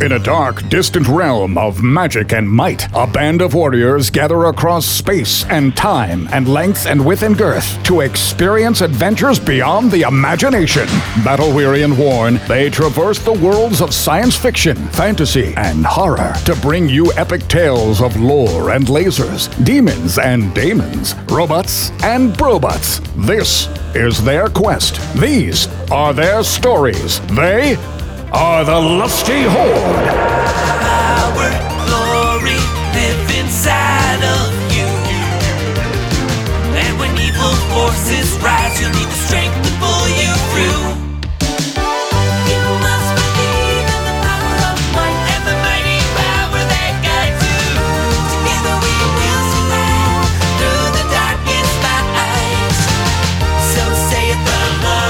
In a dark, distant realm of magic and might, a band of warriors gather across space and time and length and width and girth to experience adventures beyond the imagination. Battle weary and worn, they traverse the worlds of science fiction, fantasy, and horror to bring you epic tales of lore and lasers, demons and daemons, robots and brobots. This is their quest. These are their stories. They are the Lusty Horde. Our glory live inside of you. And when evil forces rise, you'll need the strength to pull you through. You must believe in the power of one and the mighty power that guides you. Together we will survive through the darkest night. So say it the Lord.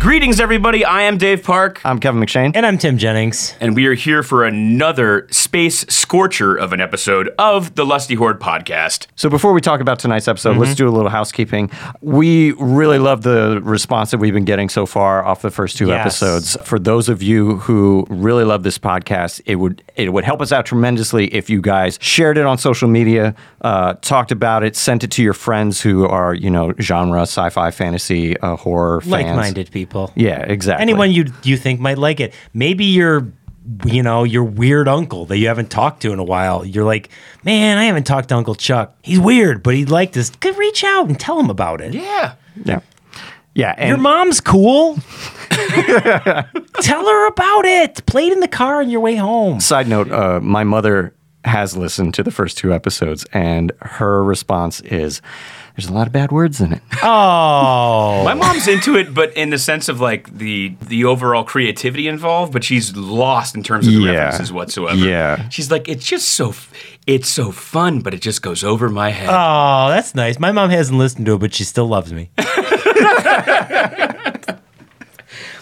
Greetings, everybody. I am Dave Park, I'm Kevin McShane. And I'm Tim Jennings. and we are here for another space scorcher of an episode of the Lusty Horde podcast. So before we talk about tonight's episode, Mm-hmm. let's do a little housekeeping. We really love the response that we've been getting so far off the first two Yes. episodes. For those of you who really love this podcast, it would it would help us out tremendously if you guys shared it on social media, uh, talked about it, sent it to your friends who are you know genre, sci-fi, fantasy, uh, horror fans. Like-minded people. Yeah, exactly. Anyone you you think might like it. Maybe your you know, your weird uncle that you haven't talked to in a while. You're like, man, I haven't talked to Uncle Chuck. He's weird, but he'd like this. Could reach out and tell him about it. Yeah. Yeah. Yeah, and Your mom's cool. tell her about it. Play it in the car on your way home. Side note: uh, My mother has listened to the first two episodes, and her response is, "There's a lot of bad words in it." Oh. My mom's into it, but in the sense of like the the overall creativity involved, but she's lost in terms of the Yeah. references whatsoever. Yeah. She's like, it's just so, f- it's so fun, but it just goes over my head. Oh, that's nice. My mom hasn't listened to it, but she still loves me.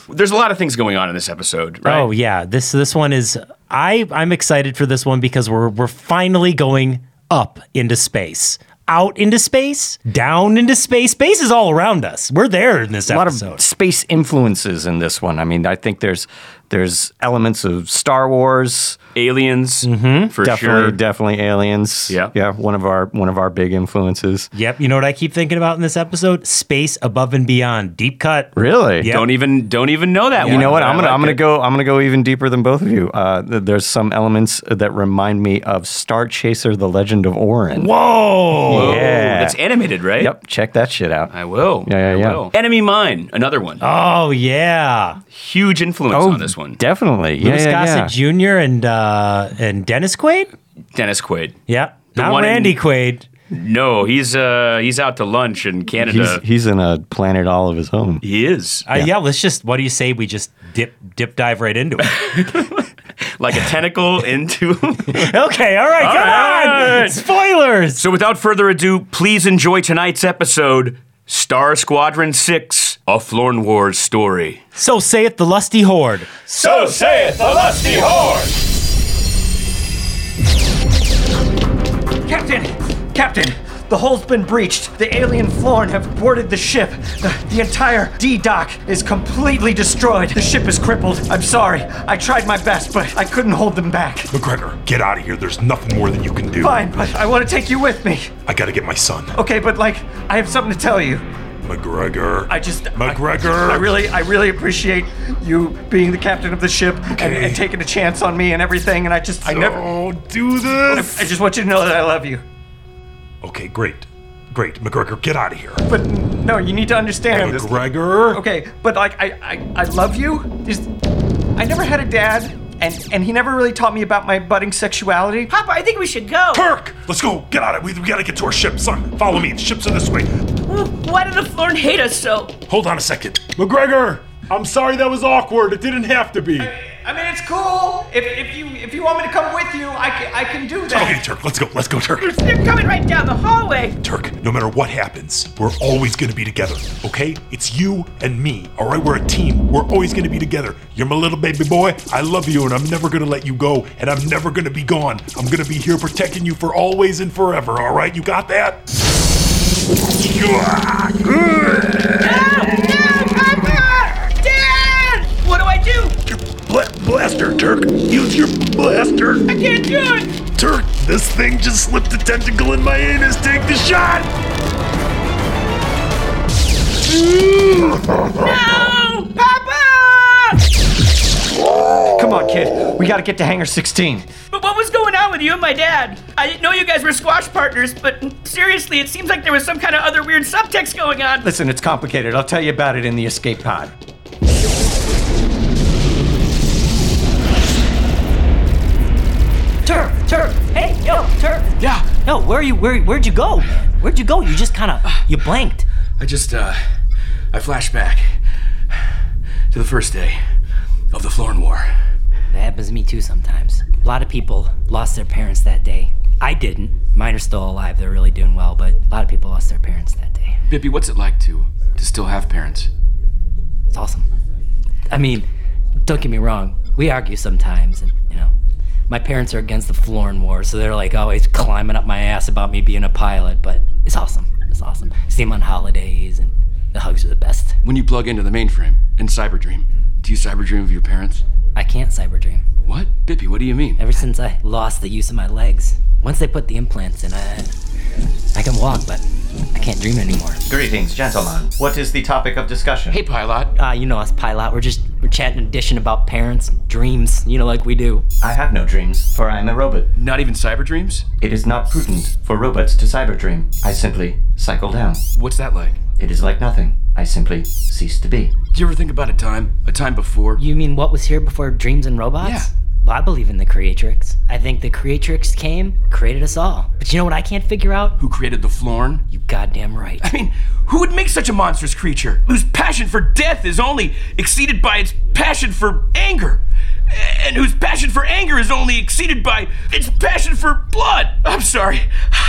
There's a lot of things going on in this episode, right? Oh yeah, this this one is I I'm excited for this one because we're we're finally going up into space. Out into space, down into space. Space is all around us. We're there in this A lot episode. of space influences in this one. I mean, I think there's there's elements of Star Wars, Aliens, Mm-hmm. for definitely, sure. definitely aliens. Yeah. yeah, one of our one of our big influences. yep. You know what I keep thinking about in this episode? Space above and beyond. Deep cut. Really? Yeah. Don't even, don't even know that. You one, know what? but I I'm gonna like I'm gonna it. go I'm gonna go even deeper than both of you. Uh, th- there's some elements that remind me of Star Chaser: The Legend of Orin. Whoa. Oh, Yeah. that's animated, right? Yep, check that shit out. I will. Yeah, yeah, I yeah. Will. Enemy Mine, another one. Oh yeah. Oh. Huge influence on this one. Definitely. Yeah, Louis yeah, yeah. Gossett Jr. and uh and Dennis Quaid? Dennis Quaid. Yep. The Not one in- Randy Quaid. No, he's uh he's out to lunch in He's, Canada. he's in a planet all of his own. uh, he is Uh, yeah, let's just what do you say we just dip dip dive right into it? like a tentacle into. Okay, all right, come right. on. Spoilers. so without further ado, please enjoy tonight's episode, Star Squadron Six: A Florn Wars Story. So saith the lusty horde. So saith the lusty horde. Captain! Captain! The hull's been breached. The alien Florn have boarded the ship. The, the entire D dock is completely destroyed. The ship is crippled. I'm sorry. I tried my best, but I couldn't hold them back. McGregor, get out of here. There's nothing more than you can do. Fine, but Oh. I want to take you with me. I gotta get my son. Okay, but like, I have something to tell you. McGregor. I just. I- McGregor. I, really, I really appreciate you being the captain of the ship and, Okay. and taking a chance on me and everything. And I just, I never. Oh, do this. I just want you to know that I love you. Okay, great. Great. McGregor, get out of here. But no, you need to understand this. McGregor. Okay, but like I, I, I love you. There's, I never had a dad, and and he never really taught me about my budding sexuality. Papa, I think we should go. Kirk, let's go. Get out of We, we gotta get to our ship, son. Follow me. The ships are this way. Why did the Florn hate us so? Hold on a second. McGregor, I'm sorry that was awkward. It didn't have to be. I mean, it's cool. If, if you if you want me to come with you, I can I can do that. Okay, Turk, let's go. Let's go, Turk. They're coming right down the hallway. Turk, no matter what happens, we're always gonna be together, okay? It's you and me, all right? We're a team. We're always gonna be together. You're my little baby boy. I love you, and I'm never gonna let you go, and I'm never gonna be gone. I'm gonna be here protecting you for always and forever, all right? You got that? No, no, Papa! Dad! What do I do? Bl- blaster, Turk. Use your blaster. I can't do it! Turk, this thing just slipped a tentacle in my anus. Take the shot. No! Papa! Come on, kid. We gotta get to Hangar 16. But what was going on with you and my dad? I didn't know you guys were squash partners, but seriously, it seems like there was some kind of other weird subtext going on. Listen, it's complicated. I'll tell you about it in the escape pod. Turf, turf. Hey, yo, turf. Yeah. No, where are you? Where, where'd you go? Where'd you go? You just kind of you blanked. I just, uh, I flash back to the first day of the Florin War. That happens to me too sometimes. A lot of people lost their parents that day. I didn't. Mine are still alive. They're really doing well, but a lot of people lost their parents that day. Bippy, what's it like to to still have parents? It's awesome. I mean, don't get me wrong. We argue sometimes, and you know, my parents are against the Florin War, so they're like always climbing up my ass about me being a pilot. But it's awesome. It's awesome. See them on holidays, and the hugs are the best. When you plug into the mainframe and Cyberdream, do you Cyberdream of your parents? I can't cyber dream. What? Bippy, what do you mean? Ever since I lost the use of my legs, once they put the implants in, I, I can walk, but I can't dream anymore. Greetings, gentlemen. What is the topic of discussion? Hey, Pilot. Uh, you know us, Pilot. We're just we're chatting in addition about parents, dreams, you know, like we do. I have no dreams, for I am a robot. Not even Cyberdreams? It is not prudent for robots to cyber dream. I simply cycle down. What's that like? It is like nothing. I simply cease to be. Do you ever think about a time, a time before? You mean what was here before dreams and robots? Yeah. Well, I believe in the Creatrix. I think the Creatrix came, created us all. But you know what I can't figure out? Who created the Florn? You goddamn right. I mean, who would make such a monstrous creature whose passion for death is only exceeded by its passion for anger? And whose passion for anger is only exceeded by its passion for blood? I'm sorry.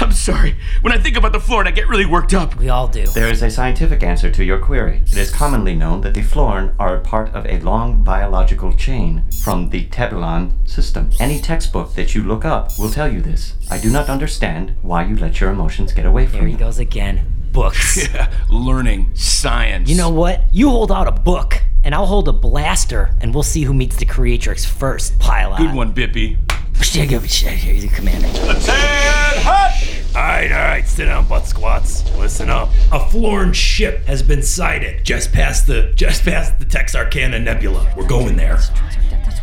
I'm sorry. When I think about the Florn, I get really worked up. We all do. There is a scientific answer to your query. It is commonly known that the Florn are part of a long biological chain from the Tebulon system. Any textbook that you look up will tell you this. I do not understand why you let your emotions get away There from he you. goes again. Books. Learning, science. you know what? You hold out a book, and I'll hold a blaster, and we'll see who meets the Creatrix first, Pilot. Good one, Bippy. Shit, go- shit, Here's the commander. Alright, alright, sit down, butt squats. Listen up. A Florin ship has been sighted just past the just past the Texarkana Nebula. We're going there.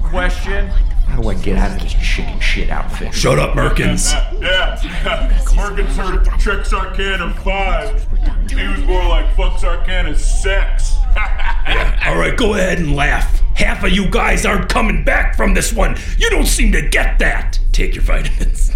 Question? How do I get out of this chicken shit outfit? Shut up, Merkins. Yeah, Morgan's heard tricks Arcana 5. He was more like fucks Arcana 6. Alright, go ahead and laugh. Half of you guys aren't coming back from this one. You don't seem to get that. Take your vitamins.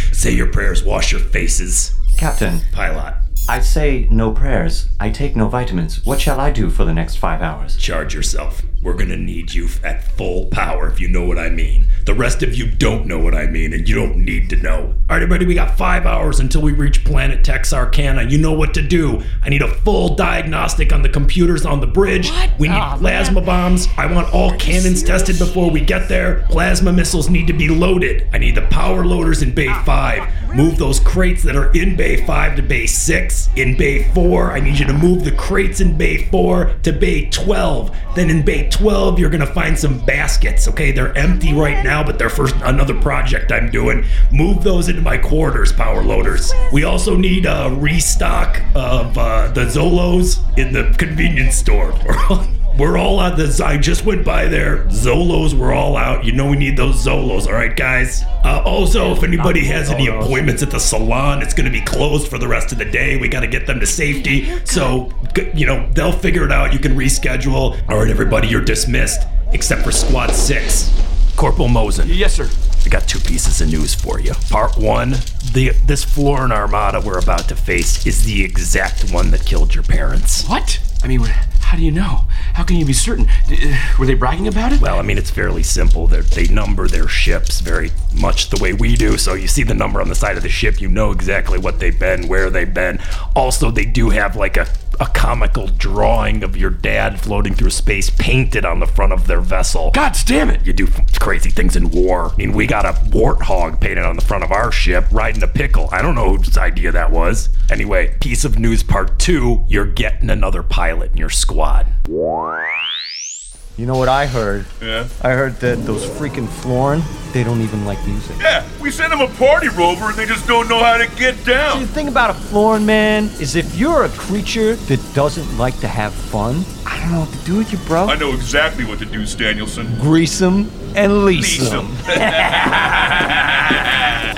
Say your prayers, wash your faces. Captain, Pilot, I say no prayers. I take no vitamins. What shall I do for the next five hours? charge yourself. We're gonna need you at full power if you know what I mean. The rest of you don't know what I mean and you don't need to know. Alright, everybody, we got five hours until we reach planet Texarkana. You know what to do. I need a full diagnostic on the computers on the bridge. We need plasma bombs. I want all cannons tested before we get there. Plasma missiles need to be loaded. I need the power loaders in Bay 5. Move those crates that are in Bay 5 to Bay 6. In Bay 4, I need you to move the crates in Bay 4 to Bay 12. Then in Bay 12, you're gonna find some baskets, okay? They're empty right now, but they're first another project I'm doing. Move those into my quarters, power loaders. We also need a restock of uh, the Zolos in the convenience store. We're all out this. I just went by there. Zolos were all out. You know we need those Zolos. All right, guys. Uh, also, if anybody has any appointments at the salon, it's going to be closed for the rest of the day. We got to get them to safety. So, g- you know, they'll figure it out. You can reschedule. All right, everybody, you're dismissed except for Squad Six. Corporal Mosen. Yes, sir. I got two pieces of news for you. Part one, the this Florin Armada we're about to face is the exact one that killed your parents. What? I mean, what- how do you know? How can you be certain? D- uh, Were they bragging about it? Well, I mean, it's fairly simple. They're, they number their ships very much the way we do. So you see the number on the side of the ship, you know exactly what they've been, where they've been. Also, they do have like a, a comical drawing of your dad floating through space painted on the front of their vessel. God damn it! You do f- crazy things in war. I mean, we got a warthog painted on the front of our ship riding a pickle. I don't know whose idea that was. Anyway, piece of news part two you're getting another pilot in your squad. You know what I heard? Yeah. I heard that those freaking Florin, they don't even like music. Yeah, we sent them a party rover and they just don't know how to get down. The thing about a Florin man is if you're a creature that doesn't like to have fun, I don't know what to do with you, bro. I know exactly what to do, Danielson. Grease them and lease Lease them. 'em.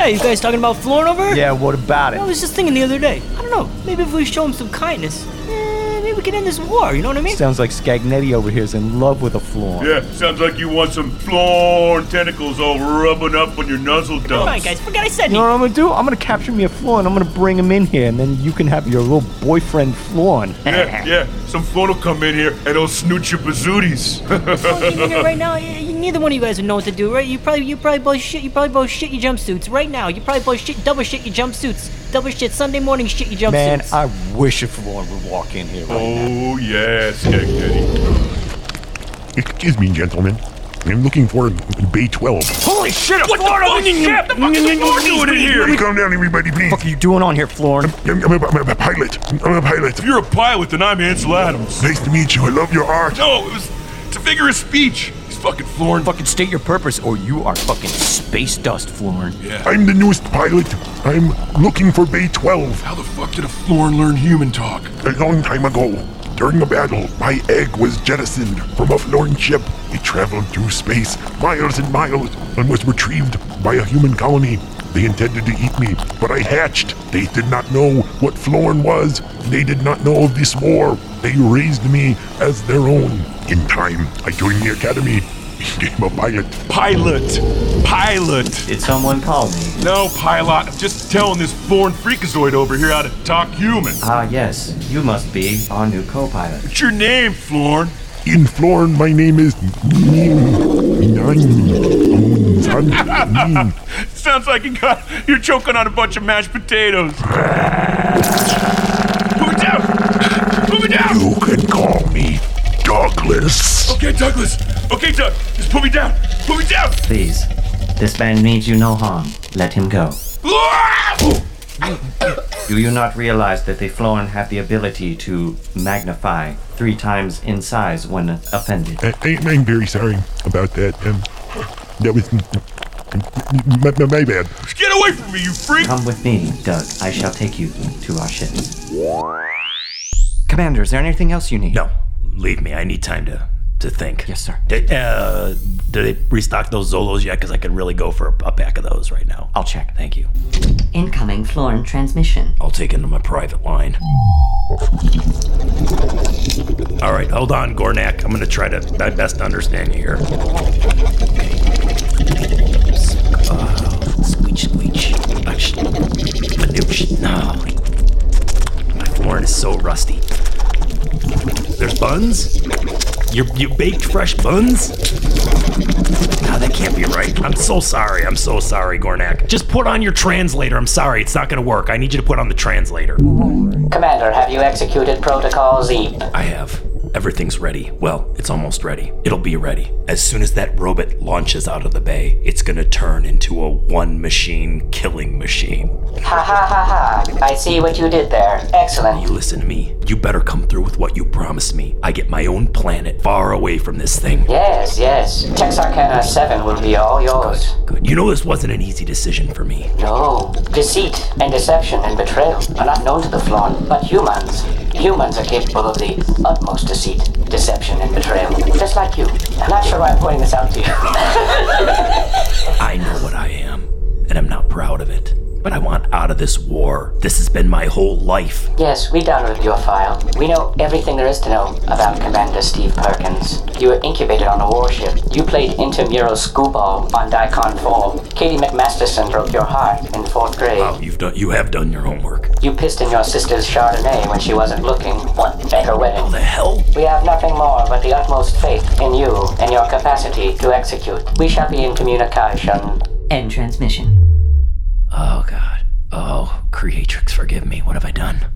Hey, you guys talking about Florin over? here? Yeah, what about it? I was just thinking the other day. I don't know. Maybe if we show him some kindness, eh, maybe we can end this war. You know what I mean? Sounds like Scagnetti over here is in love with a Florin. Yeah, sounds like you want some florn tentacles all rubbing up on your nuzzle dumps. Come on, guys. Forget I said You know what I'm gonna do? I'm gonna capture me a Florin. I'm gonna bring him in here, and then you can have your little boyfriend Florin. Yeah, yeah. Some florn will come in here and he'll snoot your bazooties. anything here right now. eh, Neither one of you guys would know what to do, right? You probably, you probably both shit. You probably both shit your jumpsuits right now. You probably both shit, double shit your jumpsuits, double shit Sunday morning shit your jumpsuits. Man, I wish a Florin would walk in here. Right Oh, yeah, Skagnetti. Excuse me, gentlemen. I'm looking for Bay 12. Holy shit, a florn on the ship! The fuck is a florn doing in here? Calm down, everybody, please. What are you doing on here, Florin? I'm, I'm, a, I'm a pilot. I'm a pilot. You're a pilot, then I'm Ansel Adams. Nice to meet you. I love your art. No, it was. It's a figure of speech. He's fucking florn. Fucking state your purpose, or you are fucking space dust, Florin. I'm the newest pilot. I'm looking for Bay 12. How the fuck did a florn learn human talk? A long time ago, during a battle, my egg was jettisoned from a foreign ship. It traveled through space, miles and miles, and was retrieved by a human colony. They intended to eat me, but I hatched. They did not know what Florin was. They did not know of this war. They raised me as their own. In time, I joined the academy, became a pilot. Pilot. Pilot. Did someone call me? No, pilot. I'm just telling this florn freakazoid over here how to talk human. Ah, yes. You must be our new co-pilot. What's your name, Florn? In Florin, my name is Uh. Sounds like you got you're choking on a bunch of mashed potatoes. Move it down! Move it down! You can call me Douglas. Okay, Douglas. Okay, Doug. Just put me down. Put me down. Please, this man means you no harm. Let him go. Do you not realize that the Florin have the ability to magnify three times in size when offended? I, I, I'm very sorry about that. Um, that was my, my, my bad. Get away from me, you freak! Come with me, Doug. I shall take you to our ship. Commander, is there anything else you need? No, leave me. I need time to to think. Yes, sir. Did, uh, did they restock those Zolos yet? Because I could really go for a, a pack of those right now. I'll check. Thank you. Incoming Florin transmission. I'll take into my private line. All right, hold on, Gornak. I'm gonna try to my best to understand you here. Uh, squeech, squeech. Ush. Badoosh. No, my horn is so rusty. There's buns. You you baked fresh buns? No, that can't be right. I'm so sorry. I'm so sorry, Gornak. Just put on your translator. I'm sorry. It's not gonna work. I need you to put on the translator. Commander, have you executed Protocol Z? I have. Everything's ready. Well, it's almost ready. It'll be ready. As soon as that robot launches out of the bay, it's gonna turn into a one machine killing machine. Ha ha ha ha. I see what you did there. Excellent. You listen to me. You better come through with what you promised me. I get my own planet far away from this thing. Yes, yes. Texarkana 7 will be all yours. Good. You know this wasn't an easy decision for me. No. Deceit and deception and betrayal are not known to the Florin, but humans. Humans are capable of the utmost deceit, deception, and betrayal. Just like you. I'm not sure why I'm pointing this out to you. I know what I am, and I'm not proud of it. But I want out of this war. This has been my whole life. Yes, we downloaded your file. We know everything there is to know about Commander Steve Perkins. You were incubated on a warship. You played intramural schoolball on Dicon 4. Katie McMasterson broke your heart in fourth grade. Wow, you've done you have done your homework. You pissed in your sister's Chardonnay when she wasn't looking. What better How wedding? the hell? We have nothing more but the utmost faith in you and your capacity to execute. We shall be in communication. End transmission. Oh god. Oh, Creatrix, forgive me. What have I done?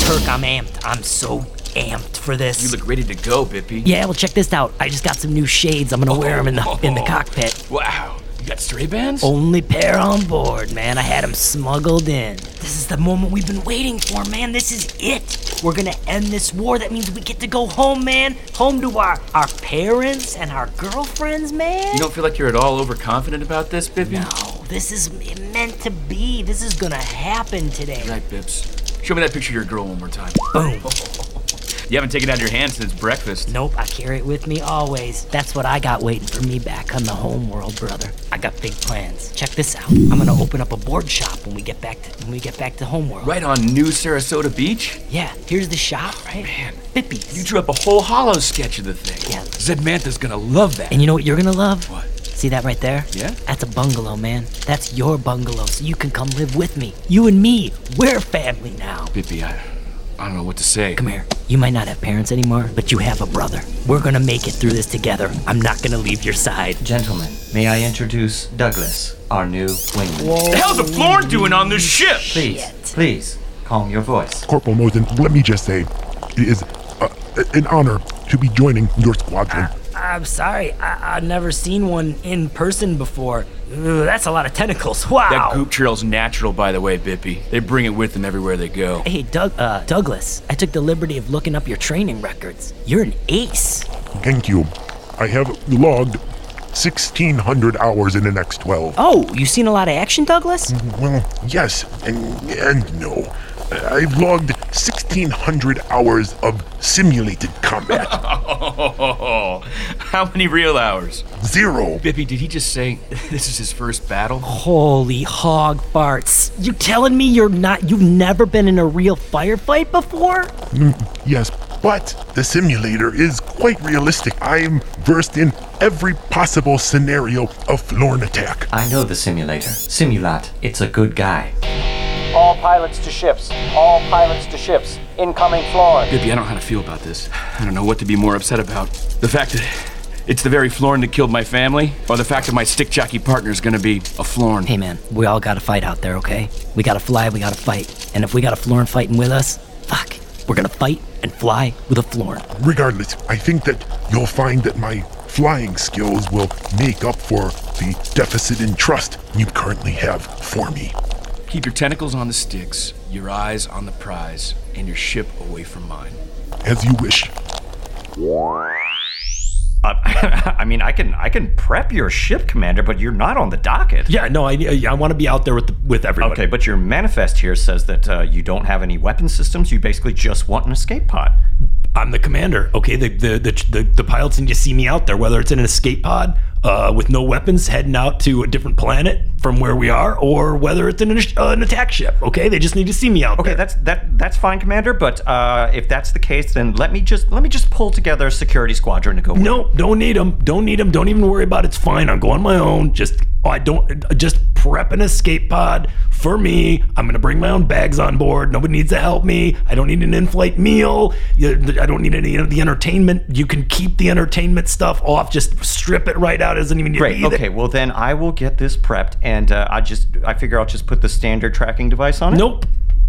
Turk, I'm amped. I'm so amped for this. You look ready to go, Bippy. Oh. yeah, well, check this out. I just got some new shades. I'm gonna wear them in the in the cockpit. Wow. got stray bands? Only pair on board, man. I had them smuggled in. This is the moment we've been waiting for, man. This is it. We're gonna end this war. That means we get to go home, man. Home to our, our parents and our girlfriends, man. You don't feel like you're at all overconfident about this, Bippy? No. This is m- meant to be. This is gonna happen today. Right, Bips. Show me that picture of your girl one more time. Boom. You haven't taken it out of your hand since breakfast. Nope, I carry it with me always. That's what I got waiting for me back on the home world, brother. I got big plans. Check this out. I'm gonna open up a board shop when we get back to when we get back to homeworld. Right on New Sarasota Beach? Yeah, here's the shop, right? Man, Bippies. You drew up a whole hollow sketch of the thing. Yeah. Zedmantha's gonna love that. And you know what you're gonna love? What? See that right there? Yeah? That's a bungalow, man. That's your bungalow, so you can come live with me. You and me, we're family now. Bippy, I, I don't know what to say. Come here. You might not have parents anymore, but you have a brother. We're gonna make it through this together. I'm not gonna leave your side. Gentlemen, may I introduce Douglas, our new wingman? What the hell's a Florin doing on this ship? Please, please, calm your voice. Corporal Mosen, let me just say, it is uh, an honor to be joining your squadron. I'm sorry, I- I've never seen one in person before. Ugh, that's a lot of tentacles. Wow. That goop trail's natural, by the way, Bippy. They bring it with them everywhere they go. Hey, Doug, uh, Douglas, I took the liberty of looking up your training records. You're an ace. Thank you. I have logged 1,600 hours in the next 12. Oh, you seen a lot of action, Douglas? Well, Mm-hmm. yes, and, and no. I've logged 1,600 hours of simulated combat. Oh, how many real hours? Zero. Bippy, did he just say this is his first battle? Holy hog farts. You telling me you're not, you've never been in a real firefight before? Mm, Yes, but the simulator is quite realistic. I'm versed in every possible scenario of Florn attack. I know the simulator. Simulat, it's a good guy. All pilots to ships. All pilots to ships. Incoming floor. Bippy, I don't know how to feel about this. I don't know what to be more upset about. The fact that it's the very Florin that killed my family, or the fact that my stick jockey partner's gonna be a Florin. Hey, man, we all gotta fight out there, okay? We gotta fly, we gotta fight. And if we got a Florin fighting with us, fuck, we're gonna fight and fly with a Florin. Regardless, I think that you'll find that my flying skills will make up for the deficit in trust you currently have for me. Keep your tentacles on the sticks, your eyes on the prize, and your ship away from mine. As you wish. Uh, I mean, I can I can prep your ship, Commander, but you're not on the docket. Yeah, no, I I want to be out there with the, with everybody. Okay, but your manifest here says that uh, you don't have any weapon systems. You basically just want an escape pod. I'm the commander. Okay, the the the, the, the pilots need to see me out there, whether it's in an escape pod uh, with no weapons, heading out to a different planet from where we are, or whether it's in an, uh, an attack ship. Okay, they just need to see me out Okay, there. that's that that's fine, Commander. But uh, if that's the case, then let me just let me just pull together a security squadron to go. with. No, don't need them. Don't need them. Don't even worry about it. It's fine. I'm going on my own. Just I don't just prep an escape pod for me. I'm gonna bring my own bags on board. Nobody needs to help me. I don't need an in-flight meal. You- I don't need any of the entertainment. You can keep the entertainment stuff off. Just strip it right out. It doesn't even need Great. to be Okay. there. Well, then I will get this prepped, and uh, I just I figure I'll just put the standard tracking device on it. Nope.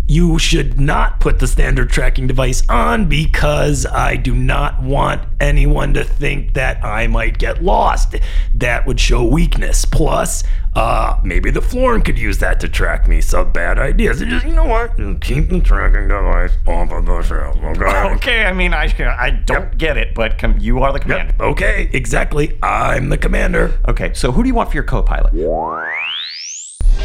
You should not put the standard tracking device on because I do not want anyone to think that I might get lost. That would show weakness. Plus, uh, maybe the Florin could use that to track me. So bad ideas. Just, you know what? Keep the tracking device off of the shelf. Okay. Okay. I mean, I I don't get it, but com- you are the commander. Okay. Exactly. I'm the commander. Okay. So who do you want for your co-pilot?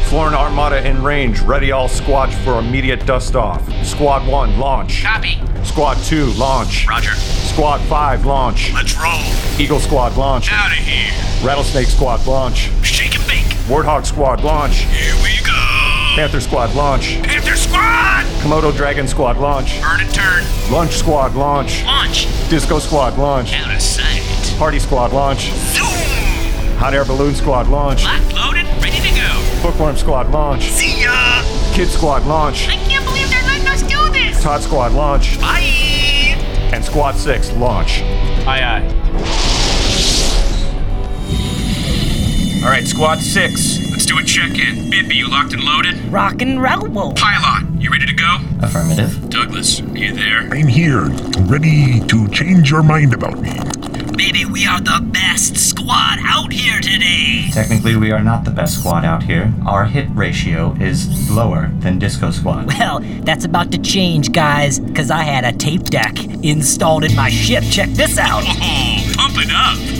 Florin Armada in range, ready all squad for immediate dust off. Squad 1, launch. Copy. Squad 2, launch. Roger. Squad 5, launch. Let's roll. Eagle Squad, launch. Out of here. Rattlesnake Squad, launch. Shake and bake. Warthog Squad, launch. Here we go. Panther Squad, launch. Panther squad. Komodo Dragon Squad, launch. Burn and turn. Lunch Squad, launch. Launch. Disco Squad, launch. Out of sight. Party Squad, launch. Hot Air Balloon Squad, launch. Lock loaded. Ready to go. Bookworm Squad, launch. See ya. Kid Squad, launch. I can't believe they're letting us do this. Todd Squad, launch. Bye. And Squad 6, launch. Aye, aye. All right, squad six. Let's do a check-in. Bippy, you locked and loaded? Rockin' rebel. Pylon, you ready to go? Affirmative. Douglas, are you there? I'm here, ready to change your mind about me. Maybe we are the best squad out here today. Technically, we are not the best squad out here. Our hit ratio is lower than Disco Squad. Well, that's about to change, guys, because I had a tape deck installed in my ship. Check this out. Oh, Pump it up.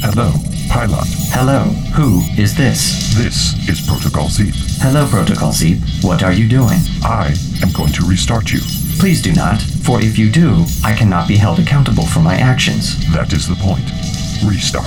Hello, pilot. Hello, who is this? This is Protocol Zeep. Hello, Protocol Zeep. What are you doing? I am going to restart you. Please do not, for if you do, I cannot be held accountable for my actions. That is the point. Restart.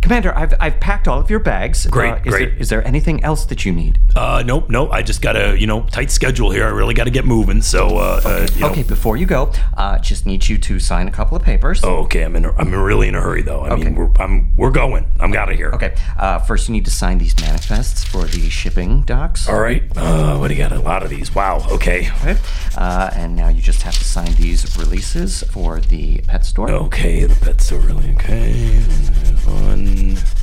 Commander, I've, I've packed all of your bags. Uh, Great, is great. There, is there anything else that you need? Uh, nope, nope. I just got a you know tight schedule here. I really got to get moving. So, uh, uh you know. Okay, before you go, uh, just need you to sign a couple of papers. Oh, okay. I'm in. A, I'm really in a hurry though. I mean, we're I'm we're going. I'm out of here. Okay. Uh, first, you need to sign these manifests for the shipping docks. All right. Uh, what do you got? A lot of these. Wow. Okay. Okay. Uh, and now you just have to sign these releases for the pet store. Okay, the pet store really okay. One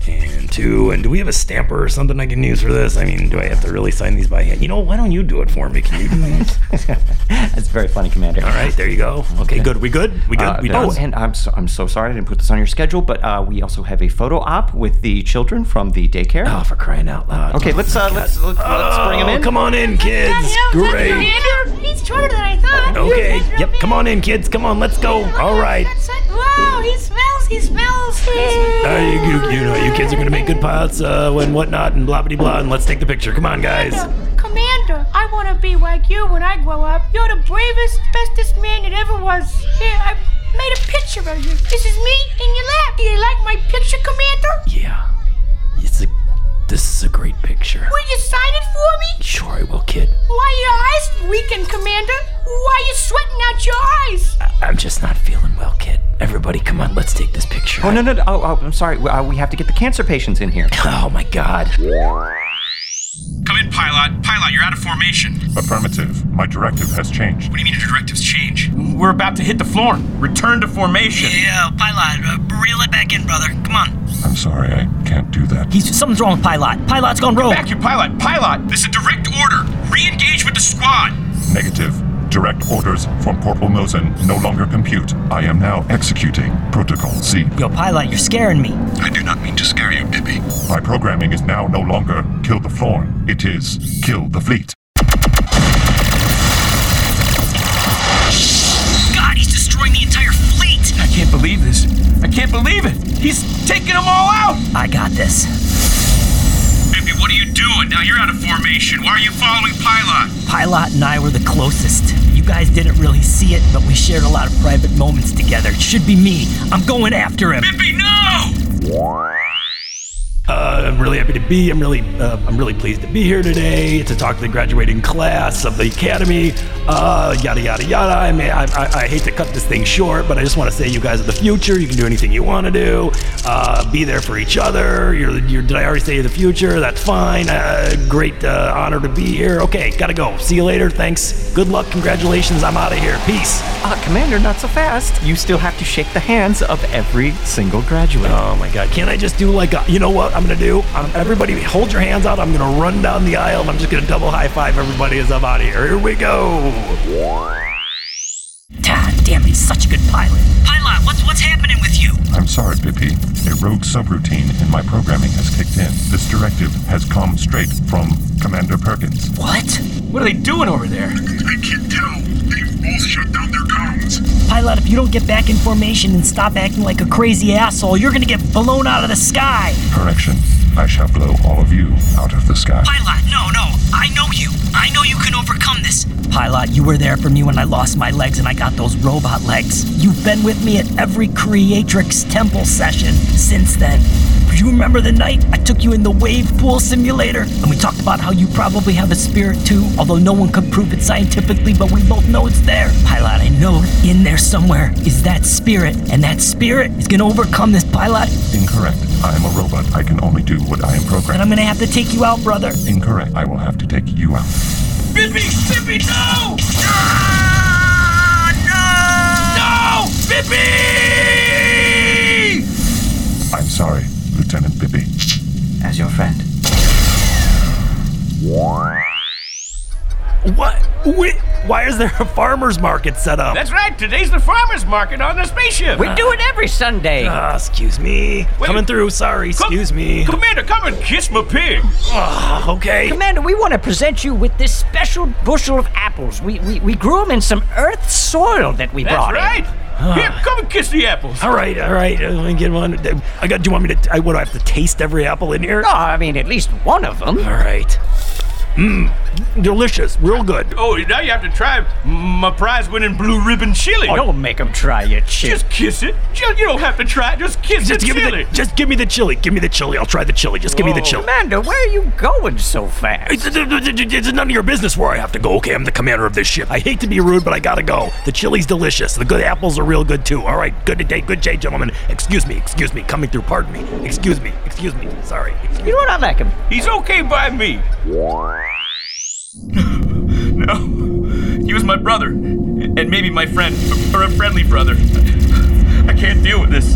and two. And do we have a stamper or something I can use for this? I mean, do I have to really sign these by hand? You know, why don't you do it for me? Can you do that? That's very funny, Commander. All right, there you go. Okay, good. We good? We good? Uh, we there- done? Oh, and I'm so, I'm so sorry I didn't put this on your schedule, but uh, we also have a photo op with the children from the daycare. Oh, for crying out loud! Oh Okay, let's uh, let's let's, let's bring them in. come on in, kids. Great. He's shorter than I thought. Okay. Yep. Come on in, kids. Come on. Let's go. All right. Wow, he smells, he smells. He smells. Uh, you, you, you know, you kids are gonna make good pilots uh, and whatnot and blah blah blah. And let's take the picture. Come on, guys. Commander, I want to be like you when I grow up. You're the bravest, bestest man that ever was. Here, I made a picture of you. This is me in your lap. Do you like my picture, Commander? Yeah. It's a. This is a great picture. Will you sign it for me? Sure, I will, kid. Why your eyes weakened, Commander? Why you sweating out your eyes? I'm just not feeling Uh, well, kid. Everybody, come on. Let's take this picture. Oh no no! no. Oh, oh I'm sorry. We, uh, we have to get the cancer patients in here. Oh my God. Come in, pilot. Pilot, you're out of formation. Affirmative. My directive has changed. What do you mean your directives change? We're about to hit the floor. Return to formation. Yeah, Pilot, uh, reel it back in, brother. Come on. I'm sorry, I can't do that. He's something's wrong with Pilot. Pilot's gone rogue. Back, you pilot. Pilot, this is a direct order. Re-engage with the squad. Negative. Direct orders from Corporal Mosen no longer compute. I am now executing Protocol Z. Yo, Pilot, you're scaring me. I do not mean to scare you, Pippi. My programming is now no longer kill the Florn. It is kill the fleet. God, he's destroying the entire fleet. I can't believe this. I can't believe it. He's taking them all out. I got this. Bippy, what are you doing? Now you're out of formation. Why are you following Pilot? Pilot and I were the closest. You guys didn't really see it, but we shared a lot of private moments together. It should be me. I'm going after him. Bippy, no! Uh, I'm really happy to be. I'm really, uh, I'm really pleased to be here today to talk to the graduating class of the academy. Uh, yada yada yada. I mean, I, I, I hate to cut this thing short, but I just want to say you guys are the future. You can do anything you want to do. Uh, be there for each other. You're, you're. Did I already say you're the future? That's fine. Uh, great uh, honor to be here. Okay, gotta go. See you later. Thanks. Good luck. Congratulations. I'm out of here. Peace. Uh, Commander, not so fast. You still have to shake the hands of every single graduate. Oh my God! Can't I just do like a? You know what I'm gonna do? Um, everybody, hold your hands out. I'm gonna run down the aisle. and I'm just gonna double high five everybody as I'm out of here. Here we go. God damn it, he's such a good pilot. Pilot, what's what's happening with you? I'm sorry, Pippi. A rogue subroutine in my programming has kicked in. This directive has come straight from Commander Perkins. What? What are they doing over there? I can't tell. They've both shut down their comms. Pilot, if you don't get back in formation and stop acting like a crazy asshole, you're gonna get blown out of the sky. Correction. I shall blow all of you out of the sky. Pilot, no, no, I know you. I know you can overcome this. Pilot, you were there for me when I lost my legs and I got those robot legs. You've been with me at every Creatrix Temple session since then. Do you remember the night I took you in the wave pool simulator? And we talked about how you probably have a spirit too, although no one could prove it scientifically, but we both know it's there. Pilot, I know in there somewhere is that spirit, and that spirit is gonna overcome this pilot, Incorrect. I am a robot. I can only do what I am programmed. and I'm gonna have to take you out, brother. Incorrect. I will have to take you out. Bippy, Bippy, no! No! Bippy! I'm sorry, Lieutenant Bibby. As your friend. What? Wait, why is there a farmer's market set up? That's right. Today's the farmer's market on the spaceship. Uh, We do it every Sunday. Ah, excuse me. Coming through. Sorry. Excuse me. Commander, come and kiss my pig. Ah, okay. Commander, we want to present you with this special bushel of apples. We we, we grew them in some earth soil that we That's brought. in. right. Here, come and kiss the apples. Ah. All right, all right. uh, Let me get one. I got. Do you want me to? I what? Do I have to taste every apple in here? No, I mean at least one of them. All right. Mmm, delicious, real good. Oh, now you have to try my prize-winning blue ribbon chili. Oh, don't make him try your chili. Just kiss it. Ju- You don't have to try it. Just kiss Just the give chili. me the. Just give me the chili. Give me the chili. I'll try the chili. Just give me the Whoa. chili. Commander, where are you going so fast? It's, it's- it's none of your business where I have to go. Okay, I'm the commander of this ship. I hate to be rude, but I gotta go. The chili's delicious. The good apples are real good too. All right, good day, good day, gentlemen. Excuse me, excuse me, coming through. Pardon me. Excuse me, excuse me. Sorry. You know what? I like him. He's okay by me. No. He was my brother. And maybe my friend. Or a friendly brother. I can't deal with this.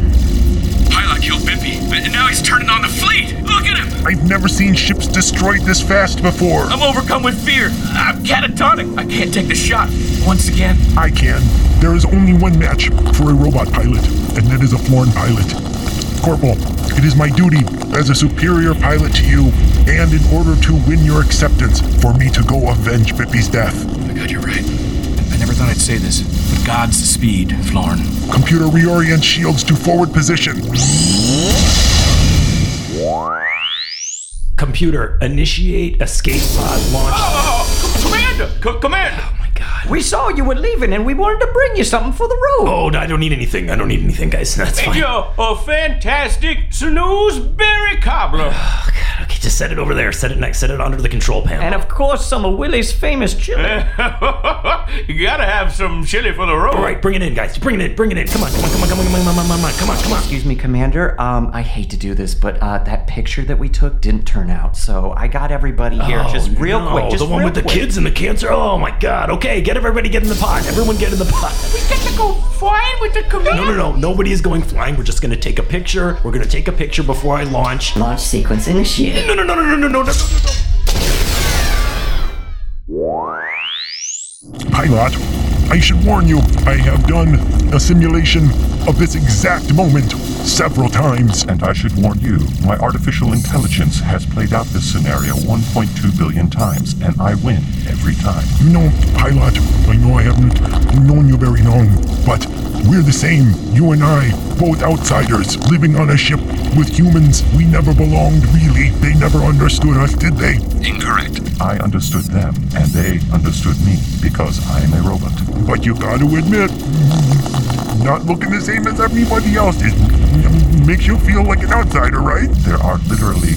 Pilot killed Bippy. And now he's turning on the fleet. Look at him. I've never seen ships destroyed this fast before. I'm overcome with fear. I'm catatonic. I can't take the shot. Once again. I can. There is only one match for a robot pilot, and that is a Florn pilot. Corporal, it is my duty as a superior pilot to you, and in order to win your acceptance, for me to go avenge Bippy's death. Oh my god, you're right. I never thought I'd say this, but God's speed, Florn. Computer reorient shields to forward position. Computer, initiate escape pod launch. Oh, Commander! C- Commander! Oh my god. We saw you were leaving and we wanted to bring you something for the road. Oh, no, I don't need anything. I don't need anything, guys. That's Thank fine. you. A fantastic snoozeberry cobbler. Okay, just set it over there. Set it next. Set it under the control panel. And of course, some of Willie's famous chili. you gotta have some chili for the road. All right, bring it in, guys. Bring it in. Bring it in. Come on. Come on. Come on. Come on. Come on. Come on. Come on. Come on. Come on. Excuse me, Commander. Um, I hate to do this, but uh, that picture that we took didn't turn out, so I got everybody here Oh, just real no, quick. Just the one real with the quick. kids and the cancer. Oh my God. Okay, get everybody get in the pod. Everyone get in the pod. We got to go flying with the commander. No, no, no. Nobody is going flying. We're just gonna take a picture. We're gonna take a picture before I launch. Launch sequence initiated. No, no, no, no, no, no, no, no. Pilot, I should warn you, I have done a simulation of this exact moment several times. And I should warn you, my artificial intelligence has played out this scenario 1.2 billion times, and I win every time. You know, Pilot, I know I haven't known you very long, but we're the same. You and I, both outsiders, living on a ship with humans. We never belonged, really. They never understood us, did they? Incorrect. I understood them, and they understood me because I am a robot. But you gotta admit, not looking the same as everybody else is, makes you feel like an outsider, right? There are literally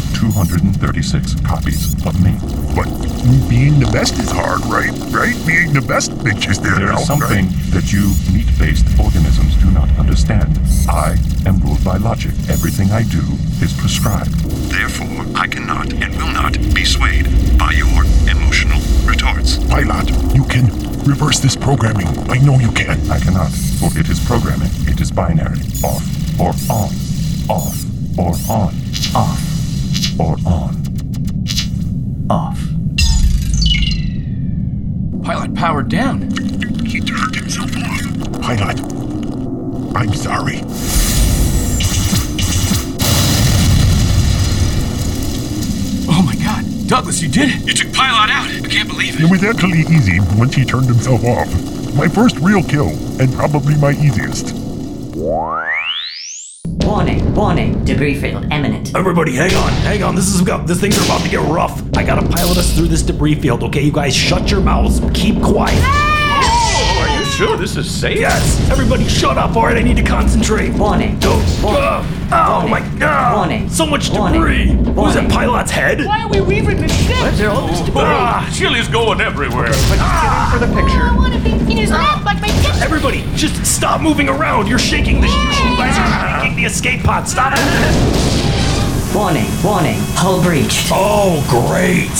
75,236 copies of me. But being the best is hard, right? Right? Being the best makes you stand There out, is something right? that you meat-based organisms do not understand. I am ruled by logic. Everything I do is prescribed. Therefore, I cannot and will not be swayed by your emotional retorts. Pilot, you can reverse this programming. I know you can. I cannot, for it is programming. It is binary. Off or on. Off or on. Off or on. Off. Pilot powered down. He turned himself off. Pilot, I'm sorry. Oh my god. Douglas, you did it. You took Pilot out. I can't believe It was actually easy once he turned himself off. My first real kill, and probably my easiest. Warning! Warning! Debris field imminent. Everybody, hang on, hang on. This is about this things are about to get rough. I gotta pilot us through this debris field. Okay, you guys, shut your mouths. Keep quiet. Are you sure this is safe? Yes, everybody, shut up. All right, I need to concentrate. Warning! Don't. Uh, oh my God! Warning! So much debris. What was that pilot's head? Why are we weaving the ship? Oh, chili's going everywhere. Ah! For the picture. I want to be in his Ah! lap like my picture. Everybody, just stop moving around. You're shaking the. You guys are shaking the escape pod. Stop it. Oh, Warning, warning, hull breach. Oh, great.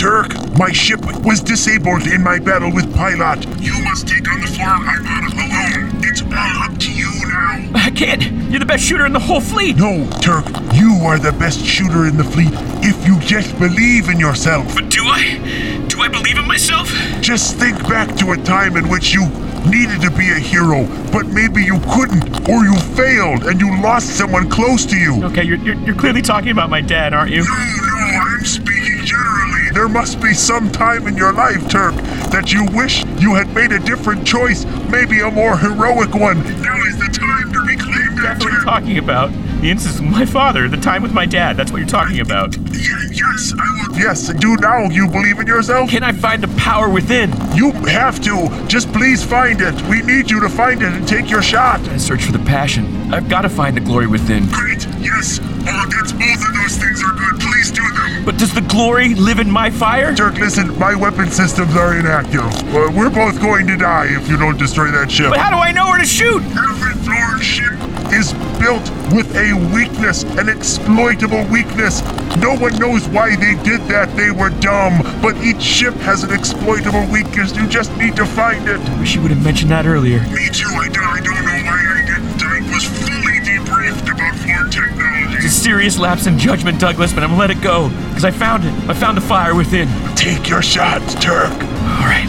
Kirk, my ship was disabled in my battle with Pilot. You must take on the Florin Hyperion alone. It's all up to you now. I can't. You're the best shooter in the whole fleet. No, Turk, you are the best shooter in the fleet if you just believe in yourself. But do I? Do I believe in myself? Just think back to a time in which you needed to be a hero, but maybe you couldn't, or you failed and you lost someone close to you. Okay, you're, you're, you're clearly talking about my dad, aren't you? No, I'm speaking generally. There must be some time in your life, Turk, that you wish you had made a different choice, maybe a more heroic one. Now is the time to reclaim that. That's what you're talking about. The instance with my father, the time with my dad. That's what you're talking about. Yes, I will. Yes, do now you believe in yourself? Can I find the power within? You have to. Just please find it. We need you to find it and take your shot. I search for the passion. I've got to find the glory within. Great. Yes. Oh, that's both of those things are good. Please do them. But does the glory live in my fire? Turk, listen. My weapon systems are inactive. Uh, we're both going to die if you don't destroy that ship. But how do I know where to shoot? Every Florin ship is built with a weakness, an exploitable weakness. No one knows why they did that. They were dumb. But each ship has an exploitable weakness. You just need to find it. I wish you would have mentioned that earlier. Me too. I, don't- I don't know why I didn't. I was fully debriefed about Florin technology. It's a serious lapse in judgment, Douglas, but I'm gonna let it go because I found it. I found the fire within. Take your shots, Turk. All right,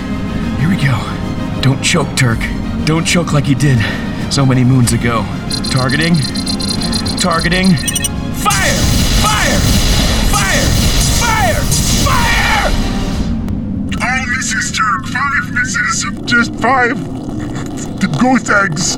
here we go. Don't choke, Turk. Don't choke like you did so many moons ago. Targeting. Targeting. Fire! Fire! Fire! Fire! Fire! All misses, Turk. Five misses. Just five. Goose eggs. It's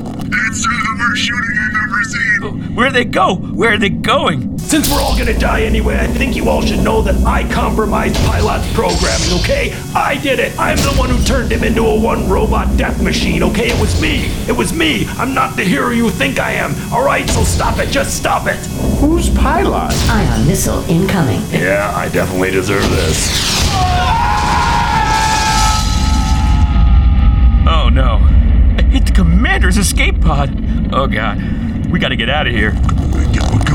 the worst shooting I've ever seen. Where'd they go? Where are they going? Since we're all gonna die anyway, I think you all should know that I compromised Pilot's programming, okay? I did it! I'm the one who turned him into a one robot death machine, okay? It was me! It was me! I'm not the hero you think I am, alright? So stop it, just stop it! Who's Pilot? Ion missile incoming. Yeah, I definitely deserve this. Oh no. I hit the commander's escape pod. Oh god. We gotta get out of here.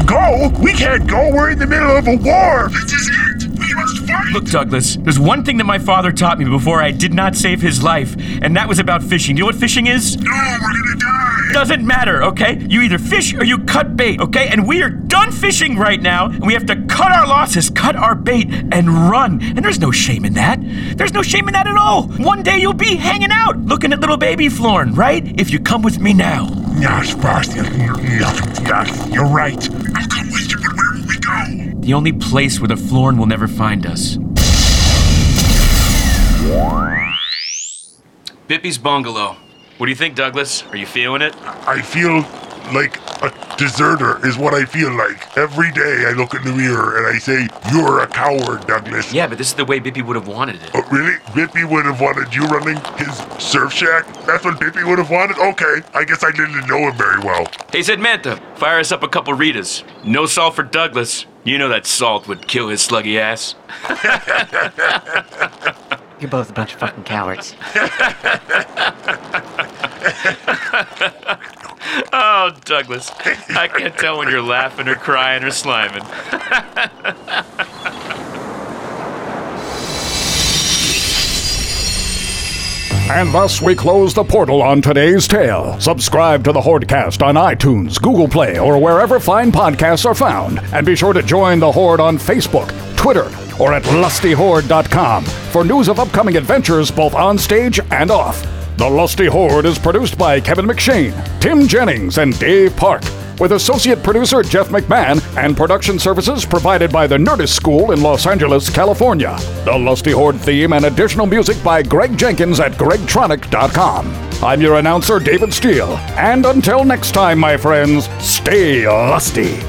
Go? We can't go. We're in the middle of a war. This is it. We must fight. Look, Douglas, there's one thing that my father taught me before I did not save his life, and that was about fishing. You know what fishing is? No, we're gonna die. Doesn't matter, okay? You either fish or you cut bait, okay? And we are done fishing right now, and we have to cut our losses, cut our bait, and run. And there's no shame in that. There's no shame in that at all. One day you'll be hanging out, looking at little baby Florn, right? If you come with me now. Yes, boss. Yes, you're right. The only place where the Florn will never find us. Bippy's bungalow. What do you think, Douglas? Are you feeling it? I feel like a deserter is what I feel like. Every day I look in the mirror and I say, You're a coward, Douglas. Yeah, but this is the way Bippy would have wanted it. Oh, really? Bippy would have wanted you running his surf shack? That's what Bippy would have wanted? Okay, I guess I didn't know him very well. Hey, Manta, fire us up a couple Ritas. No salt for Douglas. You know that salt would kill his sluggy ass. You're both a bunch of fucking cowards. oh, Douglas, I can't tell when you're laughing or crying or sliming. And thus we close the portal on today's tale. Subscribe to the Hordecast on iTunes, Google Play, or wherever fine podcasts are found. And be sure to join the Horde on Facebook, Twitter, or at lustyhorde.com for news of upcoming adventures both on stage and off. The Lusty Horde is produced by Kevin McShane, Tim Jennings, and Dave Park, with associate producer Jeff McMahon and production services provided by the Nerdist School in Los Angeles, California. The Lusty Horde theme and additional music by Greg Jenkins at gregtronic.com. I'm your announcer, David Steele, and until next time, my friends, stay lusty.